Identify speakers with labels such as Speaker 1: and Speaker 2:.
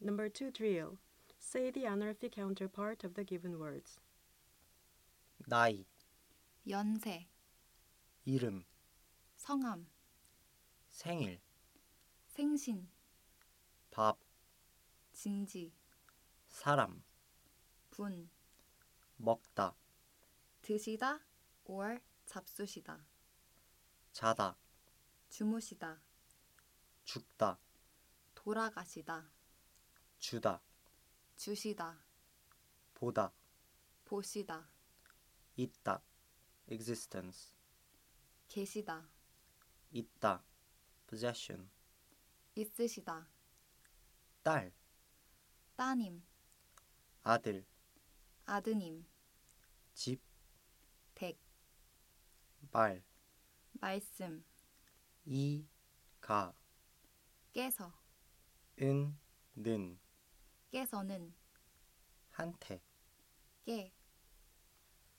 Speaker 1: Number two drill. Say the honorific counterpart of the given words.
Speaker 2: 나이,
Speaker 3: 연세,
Speaker 2: 이름,
Speaker 3: 성함,
Speaker 2: 생일,
Speaker 3: 생신,
Speaker 2: 밥,
Speaker 3: 징지,
Speaker 2: 사람,
Speaker 3: 분,
Speaker 2: 먹다,
Speaker 3: 드시다, or 잡수시다,
Speaker 2: 자다,
Speaker 3: 주무시다,
Speaker 2: 죽다,
Speaker 3: 돌아가시다,
Speaker 2: 주다,
Speaker 3: 주시다,
Speaker 2: 보다,
Speaker 3: 보시다,
Speaker 2: 있다, existence,
Speaker 3: 계시다,
Speaker 2: 있다, possession,
Speaker 3: 있으시다,
Speaker 2: 딸,
Speaker 3: 따님,
Speaker 2: 아들,
Speaker 3: 아드님,
Speaker 2: 집,
Speaker 3: 댁,
Speaker 2: 말,
Speaker 3: 말씀,
Speaker 2: 이, 가,
Speaker 3: 깨서,
Speaker 2: 은, 는,
Speaker 3: 깨서는,
Speaker 2: 한테,
Speaker 3: 깨,